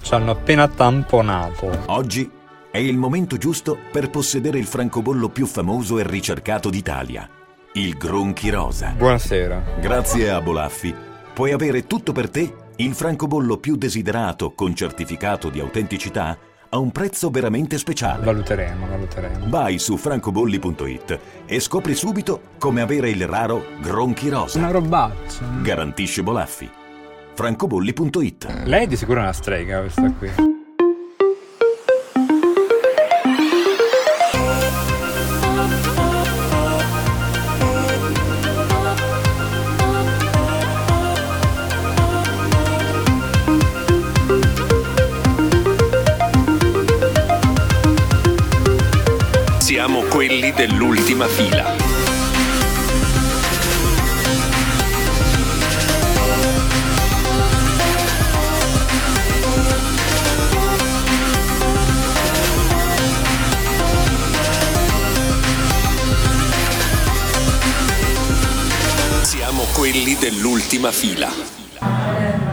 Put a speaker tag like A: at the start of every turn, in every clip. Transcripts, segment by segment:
A: ci hanno appena tamponato.
B: Oggi è il momento giusto per possedere il francobollo più famoso e ricercato d'Italia, il Gronchi Rosa.
A: Buonasera.
B: Grazie a Bolaffi puoi avere tutto per te il francobollo più desiderato con certificato di autenticità a un prezzo veramente speciale.
A: Valuteremo, valuteremo.
B: Vai su francobolli.it e scopri subito come avere il raro Gronchi Rosa.
A: Una robaccia.
B: Garantisce Bolaffi. francobolli.it
A: Lei è di sicuro una strega questa qui.
C: Siamo quelli dell'ultima fila. Siamo quelli dell'ultima fila.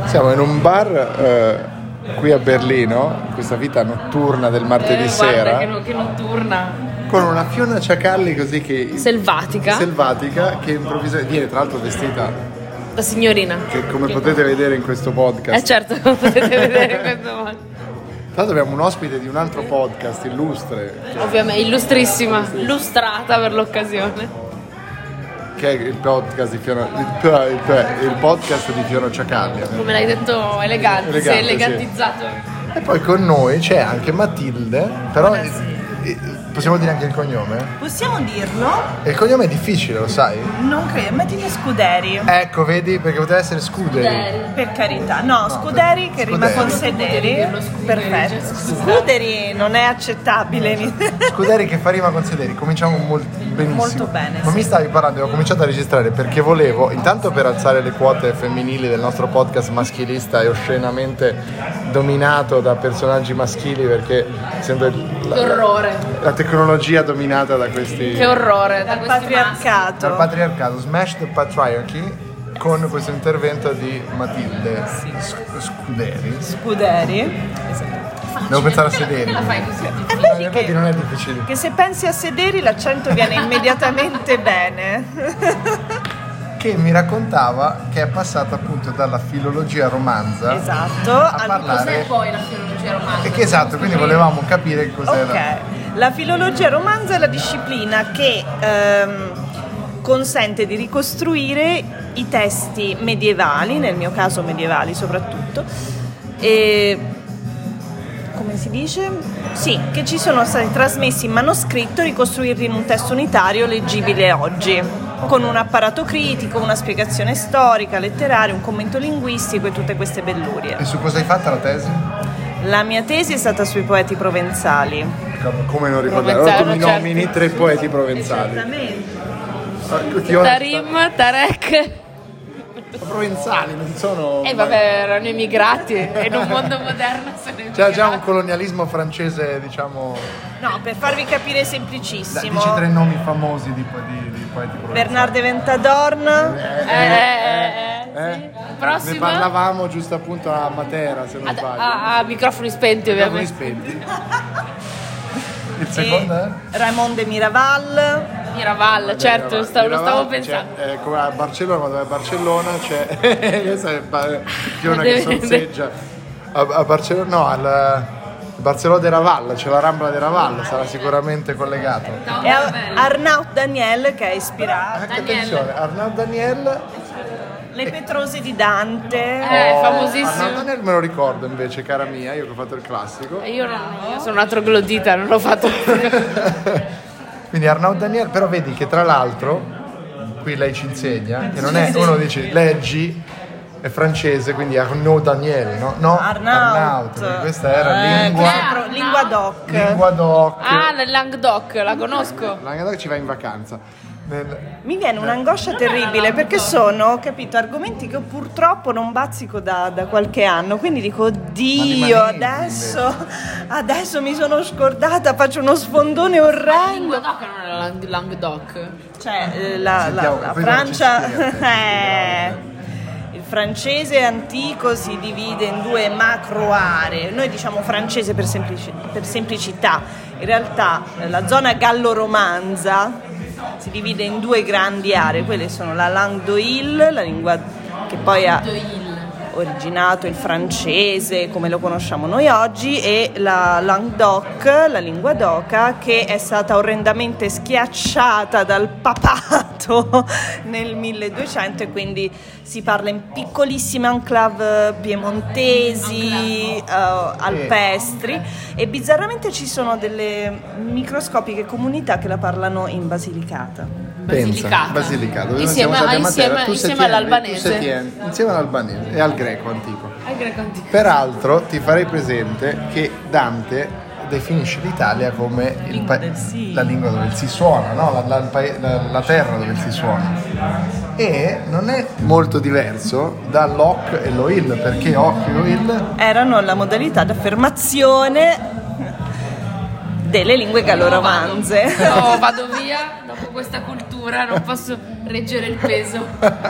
D: Siamo in un bar eh, qui a Berlino, in questa vita notturna del martedì
E: Eh,
D: sera,
E: Guarda che, no- che notturna.
D: con una Fiona Ciacalli così che...
E: Selvatica.
D: selvatica, che improvvisamente viene tra l'altro vestita,
E: da signorina.
D: che come potete vedere in questo podcast.
E: Eh certo, come potete vedere questo modo.
D: Tra l'altro abbiamo un ospite di un altro podcast illustre,
E: Ovviamente illustrissima, lustrata per l'occasione.
D: che è il podcast di Fiona, il, il- il podcast di Fiona Ciacalli.
E: Come l'hai detto, elegante,
D: Elegante,
E: sei
D: sì.
E: elegantizzato.
D: E poi con noi c'è anche Matilde, però eh, possiamo dire anche il cognome?
F: Possiamo dirlo?
D: E il cognome è difficile, lo sai?
F: Non credo, mettiti Scuderi.
D: Ecco, vedi, perché poteva essere Scuderi.
F: Per carità, no, Scuderi che rima con sederi.
D: cioè,
F: Perfetto. Scuderi non è accettabile. in-
D: Scuderi che fa rima con Sederi, cominciamo molto benissimo.
F: Molto bene,
D: Ma
F: sì.
D: mi stavi parlando, ho cominciato a registrare perché volevo, intanto per alzare le quote femminili del nostro podcast maschilista e oscenamente dominato da personaggi maschili perché sembra il-
E: Che
D: la,
E: orrore,
D: la tecnologia dominata da questi
E: che orrore. Da
F: Dal
E: questi maschi.
D: dal
F: patriarcato.
D: patriarcato, Smash the Patriarchy con questo intervento di Matilde Sc- Scuderi.
F: Scuderi.
D: Devo pensare a
E: Perché
D: Sederi.
E: la fai così?
D: No, in effetti non è difficile.
F: Che se pensi a sederi l'accento viene immediatamente bene.
D: Esatto. che mi raccontava che è passata appunto dalla filologia romanza
F: Esatto.
D: a
F: al-
D: parlare
E: Cos'è poi la filologia romantica?
D: e che esatto, quindi volevamo capire che cos'era.
F: Ok, la filologia romanza è la disciplina che ehm, consente di ricostruire i testi medievali, nel mio caso medievali soprattutto, e come si dice? Sì, che ci sono stati trasmessi in manoscritto, ricostruirli in un testo unitario leggibile oggi, con un apparato critico, una spiegazione storica, letteraria, un commento linguistico e tutte queste bellurie.
D: E su cosa hai fatto la tesi?
F: La mia tesi è stata sui poeti provenzali.
D: Come non
E: ricordare? Provenzano, Allora tu mi certo. nomini
D: tre poeti provenzali. Ah,
F: Esattamente.
E: Tarim, Tarek.
D: Provenzali, non sono...
E: E Eh, vabbè, erano emigrati e in un mondo moderno se ne
D: C'era già un
E: emigrati.
D: colonialismo francese, diciamo...
F: No, per farvi capire
D: da-
F: semplicissimo.
D: Dici tre nomi famosi di, po- di- di poeti provenzali.
F: Bernard de Ventadorn,
D: Eh,
E: Eh, eh, eh,
D: eh,
E: sì.
D: eh.
E: Prossimo?
D: Ne parlavamo giusto appunto a Matera, se non
E: Ad-
D: sbaglio.
E: a, a microfoni spenti
D: Microfoni
E: ovviamente.
D: spenti. Il
F: e
D: secondo è?
F: Raymond de Miraval,
E: Miraval, certo, lo stavo, lo stavo pensando.
D: C'è, eh, come a Barcellona, dove a Barcellona c'è questa è ba- Fiona che
E: Deve-
D: sorseggia. A, a Barcellona, no, al eh, Barcellona de Raval, c'è la Rambla de Raval, sarà sicuramente collegato.
F: e a- Arnaud Daniel che ha ispirato
D: Anche attenzione, Arnaud Daniel. Eh.
F: Le Petrose di Dante.
D: Oh,
E: Eh,
D: Arnaud
E: famosissimo.
D: Daniel me lo ricordo invece, cara mia, io che ho fatto il classico.
E: Io, non, io sono una troglodita, non l'ho fatto.
D: Quindi Arnaud Daniel, però vedi che tra l'altro, qui lei ci insegna, che non è uno dice leggi, è francese, quindi Arnaud Daniel, no? No,
F: Arnaud.
D: quindi questa era
F: Eh,
D: Oh, lingua,
F: questa è pro- lingua doc.
D: lingua doc.
E: Ah, nel Languedoc, la conosco.
D: Languedoc ci va in vacanza. Nel-
F: Mi viene un'angoscia terribile perché sono, capito, argomenti che purtroppo non bazzico da, da qualche anno. Quindi dico, oddio,
D: Ma di Manini,
F: adesso, adesso mi sono scordata, faccio uno sfondone orrendo.
E: Languedoc non era Lang- Languedoc.
F: Cioè, eh, la, la-
D: Sentiamo, poi
F: la
D: non ci
F: Francia.
D: spiega,
F: eh, il francese antico si divide in due macro aree. Noi diciamo francese per, semplici- per semplicità, in realtà eh, la zona gallo-romanza si divide in due grandi aree, quelle sono la Langue d'Oil, la lingua che poi ha originato il francese come lo conosciamo noi oggi e la Languedoc, la lingua d'oca, che è stata orrendamente schiacciata dal papato nel 1200 e quindi si parla in piccolissime enclave piemontesi, eh, alpestri e bizzarramente ci sono delle microscopiche comunità che la parlano in Basilicata.
E: Basilicata.
D: Basilicata, dove noi siamo
E: insieme,
D: stati a
E: ah,
D: Matera,
E: insieme,
D: tu sei
E: insieme
D: tieni,
E: all'albanese.
D: tu sei tieni, insieme all'albanese e al greco antico.
E: Ai greco antico.
D: Peraltro ti farei presente che Dante definisce l'Italia come il
F: Lingua
D: pa-
F: del sì.
D: la lingua dove il si suona, no? la, la- il pae- la- la terra dove il si suona. E non è molto diverso dall'Oc e l'Oil, perché Oc e Oil
F: erano la modalità d'affermazione delle lingue galloromanze.
E: No, vado via dopo questa cultura, non posso reggere il peso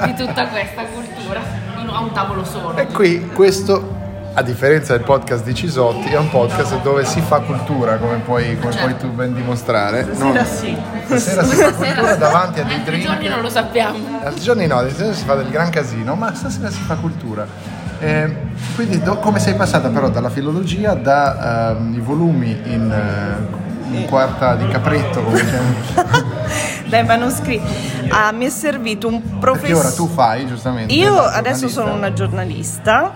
E: di tutta questa cultura in- a un tavolo solo.
D: E qui questo, a differenza del podcast di Cisotti, è un podcast dove si fa cultura, come puoi, come
E: Certo.
D: puoi tu ben dimostrare. Non-
F: sì.
D: Stasera si fa cultura davanti a dei
E: Altri
D: drink.
E: giorni non lo sappiamo.
D: Altri giorni no, altri giorni si fa del gran casino, ma stasera si fa cultura. Eh, quindi do- come sei passata però dalla filologia, dai volumi in, eh, in quarta di capretto, come diciamo,
F: Dai manoscritti. Ah, mi è servito un
D: perché ora tu
F: professore.
D: fai giustamente.
F: Io
D: da
F: adesso sono
D: giornalista.
F: una giornalista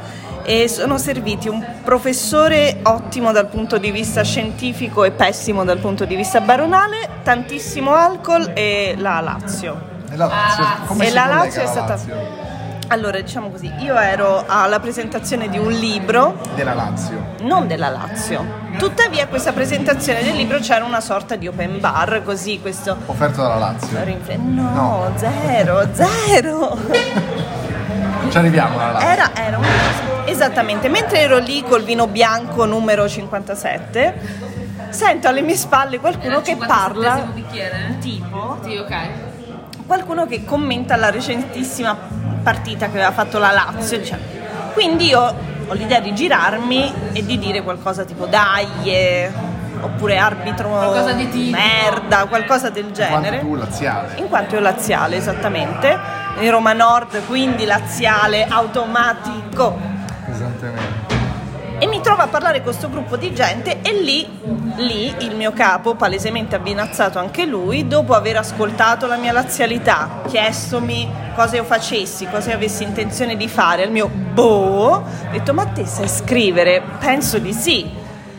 F: e sono serviti un professore ottimo dal punto di vista scientifico e pessimo dal punto di vista baronale, tantissimo alcol e la Lazio.
D: E la Lazio, come
F: Ah, e
D: si
F: la
D: collega
F: Lazio è
D: la
F: stata.
D: Lazio?
F: Allora, diciamo così, io ero alla presentazione di un libro
D: Della Lazio.
F: non della Lazio. Tuttavia, questa presentazione del libro c'era una sorta di open bar, così questo.
D: Offerto dalla Lazio.
F: rinfre- No,
D: No.
F: zero, zero.
D: Ci arriviamo alla Lazio.
F: Era, era un Esattamente, mentre ero lì col vino bianco numero 57, sento alle mie spalle qualcuno che parla.
E: bicchiere?
F: Tipo,
E: Sì, ok.
F: qualcuno che commenta la recentissima partita che aveva fatto la Lazio. diciamo. Quindi io ho l'idea di girarmi e di dire qualcosa tipo dai, eh", oppure arbitro
E: Qualcosa di tipo.
F: merda, qualcosa del
D: Quanto
F: genere.
D: tu laziale.
F: In quanto io laziale, esattamente. In Roma Nord, quindi laziale, automatico.
D: Esattamente.
F: E mi trovo a parlare con questo gruppo di gente e lì, lì il mio capo, palesemente abbinazzato anche lui, dopo aver ascoltato la mia lazialità, chiestomi cosa io facessi, cosa io avessi intenzione di fare, il mio boh, ho detto ma te sai scrivere? Penso di sì.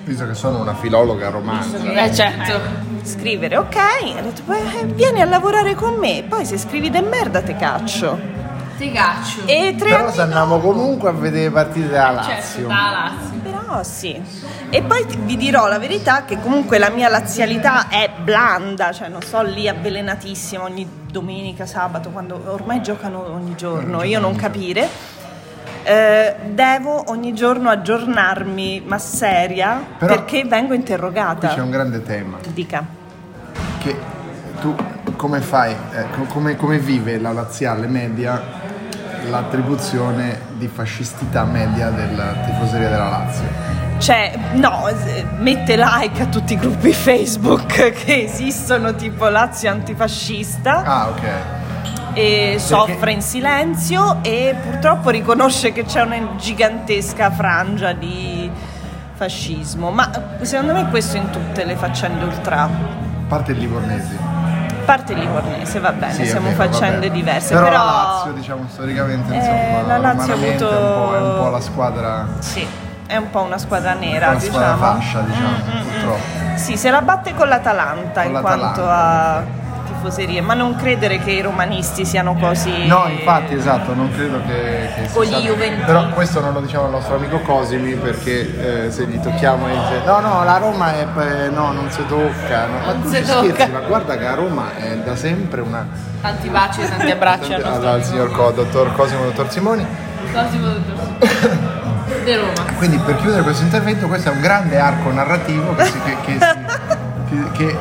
D: Visto che sono una filologa romanza.
E: Eh, certo.
F: Scrivere, ok, ho detto "Beh, vieni a lavorare con me, poi se scrivi de merda te caccio.
E: Ti gaccio.
F: E tre
D: Però
F: anni
D: se andiamo comunque a vedere partite della
F: Certo,
D: Lazio.
E: Certo, Lazio.
F: Però sì. E poi ti- vi dirò la verità che comunque la mia lazialità è blanda, cioè non sto lì avvelenatissima ogni domenica, sabato, quando ormai giocano ogni giorno, io non capire. Eh, devo ogni giorno aggiornarmi, ma seria,
D: Però-
F: perché vengo
D: Qui c'è
F: interrogata.
D: un grande tema.
F: Dica.
D: Che tu come fai, eh, co- come, come vive la laziale media l'attribuzione di fascistità media della tifoseria della Lazio?
F: Cioè, no, s- mette like a tutti i gruppi Facebook che esistono, tipo Lazio antifascista.
D: Ah, ok.
F: e soffre in silenzio e purtroppo riconosce che c'è una gigantesca frangia di fascismo, ma secondo me questo in tutte le faccende ultra.
D: A parte il Livornesi.
F: A parte il livornese, va bene,
D: Sì, è
F: siamo
D: vero,
F: faccende
D: vabbè.
F: diverse,
D: Però,
F: però,
D: la Lazio, diciamo, storicamente,
F: Eh,
D: insomma,
F: la Lazio ha
D: umanamente
F: avuto-
D: è, un po', è un po' la squadra,
F: sì, è un po' una squadra nera,
D: la
F: diciamo. mm,
D: squadra fascia, diciamo, purtroppo.
F: Sì, se la batte con l'Atalanta
D: Con
F: in
D: l'Atalanta.
F: quanto a tifoserie, ma non credere che i romanisti siano così
D: No, infatti, esatto, non credo che, che
E: O
D: si sa-
E: gli Juventini.
D: Però questo non lo diciamo al nostro amico Cosimi perché eh, se gli tocchiamo e dice no, no, la Roma è eh, no, non si tocca. No. Ma
E: Non
D: tu
E: si
D: ci
E: tocca.
D: scherzi, ma guarda che a Roma è da sempre una
E: Tanti baci e tanti abbracci al
D: al,
E: nostro
D: al signor Co, dottor Cosimo, dottor Simoni.
E: Cosimo De Roma.
D: Quindi per chiudere questo intervento, questo è un grande arco narrativo che, si- che- che si- che- che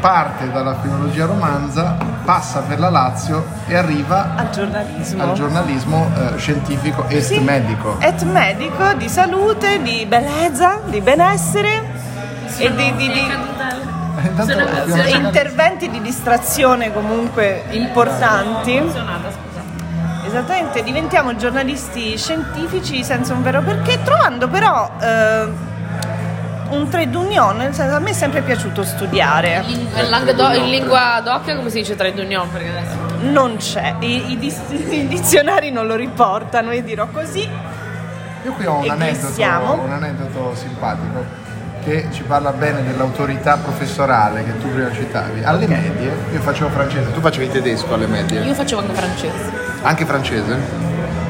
D: parte dalla filologia romanza passa per la Lazio e arriva
F: al giornalismo.
D: al giornalismo eh, scientifico est
F: Sì.
D: medico.
F: Et medico di salute, di bellezza, di benessere e di, di- di-
E: Mi è caduta la-
D: Intanto eh, abbiamo
E: Sono emozionata.
D: cercato-
F: interventi di distrazione comunque importanti.
E: Emozionata, scusa.
F: Esattamente, diventiamo giornalisti scientifici senza un vero perché, trovando però eh, un trade union, nel senso a me è sempre piaciuto studiare.
E: Lingua- in Languedoc- in lingua doc come si dice trade union perché adesso
F: non c'è, i, i dis- i dizionari non lo riportano, io dirò così.
D: Io qui ho
F: E
D: un
F: chi
D: aneddoto,
F: siamo?
D: un aneddoto simpatico che ci parla bene dell'autorità professorale che tu prima citavi. Alle medie, io facevo francese, tu facevi tedesco alle medie,
E: io facevo anche francese
D: anche francese?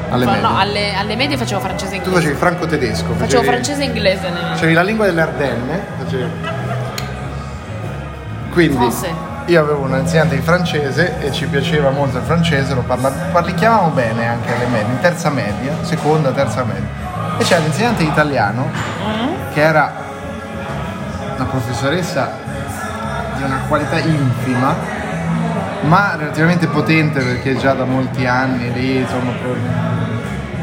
D: Alle
E: Ma
D: medie.
E: no alle, alle medie facevo francese e
D: Tu
E: inglese
D: facevi franco-tedesco,
E: facevo
D: facevi-
E: francese e inglese nelle medie.
D: Facevi la lingua delle Ardenne, facevi... Quindi
E: Forse.
D: io avevo un insegnante di francese e ci piaceva molto il francese, lo parla- parlicchiavamo bene anche alle medie, in terza media, seconda, terza media. E c'era l'insegnante di italiano che era una professoressa di una qualità infima, ma relativamente potente perché già da molti anni lì, insomma, pro-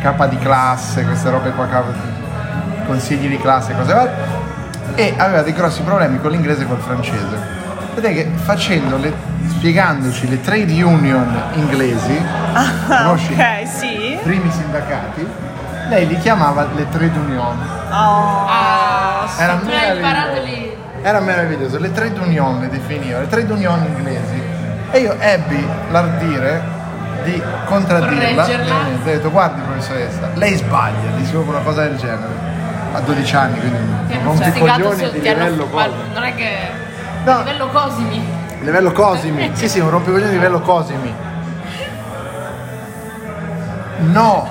D: capa di classe, queste robe qua, cap- consigli di classe, cose varie, e aveva dei grossi problemi con l'inglese e col francese. Ed è che facendo le- spiegandoci le trade union inglesi, conosci
F: ok, sì.
D: i primi sindacati, lei li chiamava le trade union.
F: Oh,
D: Era
E: Ah, Tu hai imparato lì.
D: Era meraviglioso, le trade union le definiva, le trade union inglesi. E io ebbi l'ardire di contraddirla. Eh,
E: Correggerla.
D: Ho detto, guardi professoressa, lei sbaglia, dicevo una cosa del genere. A 12 anni, quindi
E: Ti hanno
D: non ti
E: fustigato
D: coglioni
E: su-
D: di
E: ti hanno-
D: livello
E: guarda,
D: cosimi.
E: non è che
D: No.
E: livello cosimi
D: Livello cosimi. Sì, sì, un rompicoglione di livello cosimi. No,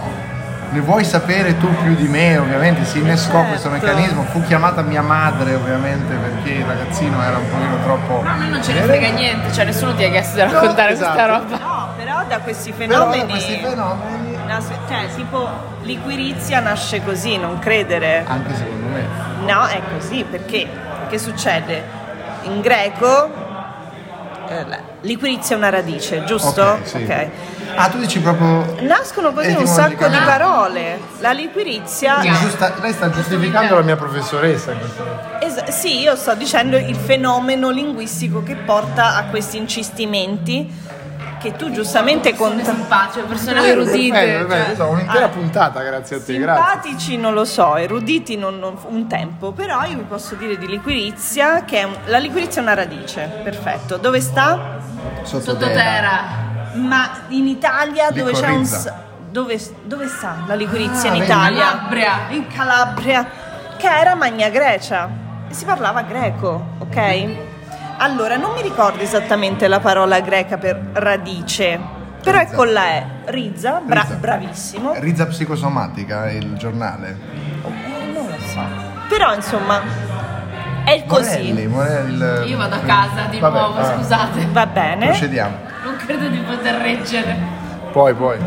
D: ne vuoi sapere tu più di me, ovviamente si innescò questo
F: Certo.
D: meccanismo, fu chiamata mia madre ovviamente perché il ragazzino era un pochino troppo...
E: però a me non ce ne frega niente cioè nessuno ti ha chiesto di raccontare
D: Eh, esatto.
E: questa roba
F: No, però da questi
D: Però
F: fenomeni...
D: da questi fenomeni,
F: nasce- cioè, tipo, l'iquirizia nasce così, non credere.
D: anche secondo me,
F: No, è così, perché? Che succede? In greco eh, la- l'iquirizia è una radice, giusto?
D: Ok, sì.
F: Ok.
D: Ah, tu dici proprio.
F: Nascono così un sacco di
D: Etimologicamente.
F: parole. La liquirizia.
E: Sì.
D: Giusta- lei sta giustificando la mia professoressa in questo momento.
F: Es- sì, io sto dicendo il fenomeno linguistico che porta a questi incistimenti che tu giustamente
E: in
F: conta.
E: pace persone erudite
D: Bello, bello,
E: cioè.
D: insomma, un'intera
F: Ah.
D: puntata, grazie a te, grazie.
F: Simpatici non lo so, eruditi non, non- un tempo, però io vi posso dire di liquirizia che è un- la liquirizia è una radice, perfetto. Dove sta?
E: sottoterra
F: Ma in Italia dove c'è un.
D: Licorizza.
F: s- Dove, dove sta la liquirizia
D: Ah,
F: in
D: in
F: Italia?
E: Calabria.
F: In Calabria, che era Magna Grecia e si parlava greco, ok? Allora, non mi ricordo esattamente la parola greca per radice, però è
D: Rizza.
F: con la E. Rizza, bra-
D: Rizza.
F: bravissimo.
D: Rizza psicosomatica, il giornale.
F: Eh, non lo so. Però insomma, è
D: Morelli,
F: così.
D: Morelli, il-
E: io vado a casa di
D: Vabbè, ah.
E: nuovo
D: vabbè.
E: scusate
F: Va bene.
D: Procediamo.
E: non credo di poter reggere
D: Poi, poi.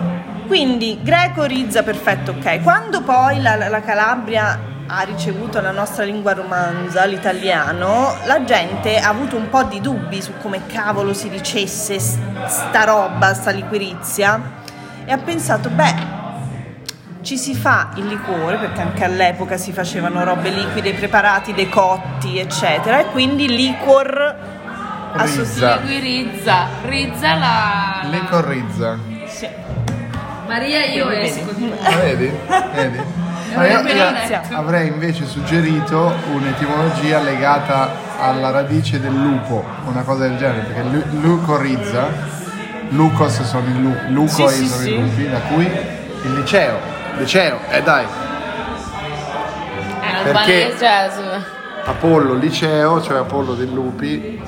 F: Quindi greco, rizza, perfetto, ok. Quando poi la, la Calabria ha ricevuto la nostra lingua romanza, l'italiano, la gente ha avuto un po' di dubbi su come cavolo si dicesse s- sta roba, sta liquirizia e ha pensato, beh, ci si fa il liquore, perché anche all'epoca si facevano robe liquide, preparati, decotti, eccetera, e quindi liquor associ-
D: Rizza.
E: qui Rizza Rizza la, la-
D: Lincoln Rizza.
F: sì.
E: Maria io
F: Bene.
E: esco
D: La vedi? Vedi? Ma io-
E: Avrebbe
D: io
E: letto.
D: avrei invece suggerito un'etimologia legata alla radice del lupo, una cosa del genere, perché lu- lucorizza, lucos sono i lupi, lucoi
F: Sì, sì,
D: sono
F: sì.
D: i lupi, da cui il liceo, liceo, eh dai,
E: Eh, albanese, cioè, su-
D: Apollo liceo, cioè Apollo dei lupi,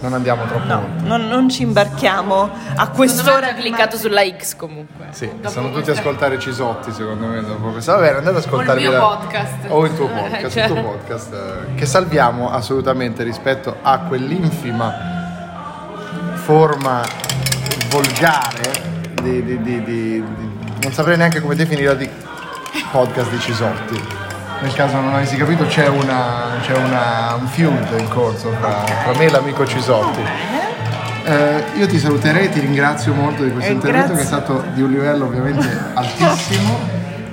D: non andiamo troppo
F: No,
D: oltre.
F: non, non ci imbarchiamo a
E: secondo me
F: quest'ora
E: ha cliccato sulla X comunque
D: Sì,
E: Dopo
D: stanno tutti a
E: questa-
D: ascoltare Cisotti secondo me dopo questo. Va bene, andate ad ascoltarvi
E: mio
D: la-
E: podcast.
D: O il tuo
E: Eh,
D: podcast,
E: cioè.
D: il tuo podcast eh, che salviamo assolutamente rispetto a quell'infima forma volgare di, di- di- di- di- non saprei neanche come definirla di podcast di Cisotti. Nel caso non avessi capito c'è, una, c'è una- un feud in corso tra, tra me e l'amico Cisotti. Eh, io ti saluterei, ti ringrazio molto di questo
F: Eh,
D: intervento
F: grazie.
D: che è stato di un livello ovviamente altissimo.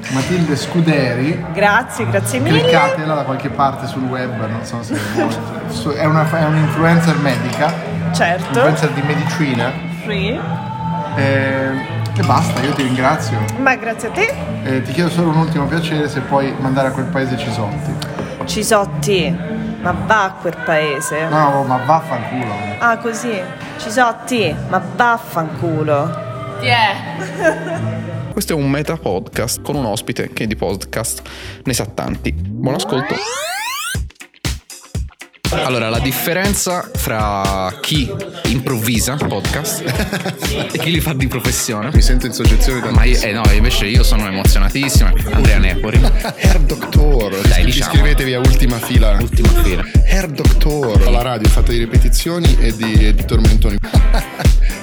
D: Matilde Scuderi,
F: Grazie, grazie mille.
D: cliccatela da qualche parte sul web, non so se vuoi. Su- è, una, è un'influencer medica,
F: Certo.
D: influencer di medicina.
F: Sì.
D: Eh, e basta, io ti ringrazio.
F: Ma grazie a te.
D: Eh, ti chiedo solo un ultimo piacere se puoi mandare a quel paese Cisotti.
F: Cisotti, ma va a quel paese.
D: No, ma vaffanculo.
F: Ah, così. Cisotti, ma vaffanculo.
E: Ti è?
G: Questo è un meta podcast con un ospite che di podcast ne sa tanti. Buon ascolto. Allora, la differenza fra chi improvvisa podcast e chi li fa di professione.
H: Mi sento in soggezione da
G: Ma io, eh no, invece io sono emozionatissimo. Andrea Nepori.
H: Hair Doctor.
G: Dai, diciamolo.
H: Iscrivetevi a ultima fila.
G: diciamo, Ultima fila.
H: Hair Doctor. Alla radio è fatta di ripetizioni e di, e di tormentoni.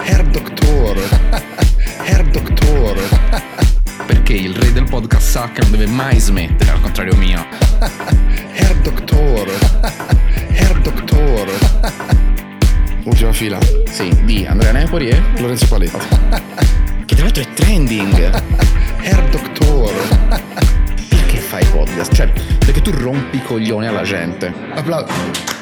H: Hair Doctor. Hair Doctor.
G: Perché il re del podcast sa che non deve mai smettere, al contrario mio.
H: Hair Doctor. Hair Doctor. Ultima fila.
G: Sì, di Andrea Nepori e.
H: Lorenzo Paletti.
G: Che tra l'altro è trending.
H: Hair Doctor.
G: Perché fai podcast? Cioè, perché tu rompi i coglioni alla gente.
H: Applauso.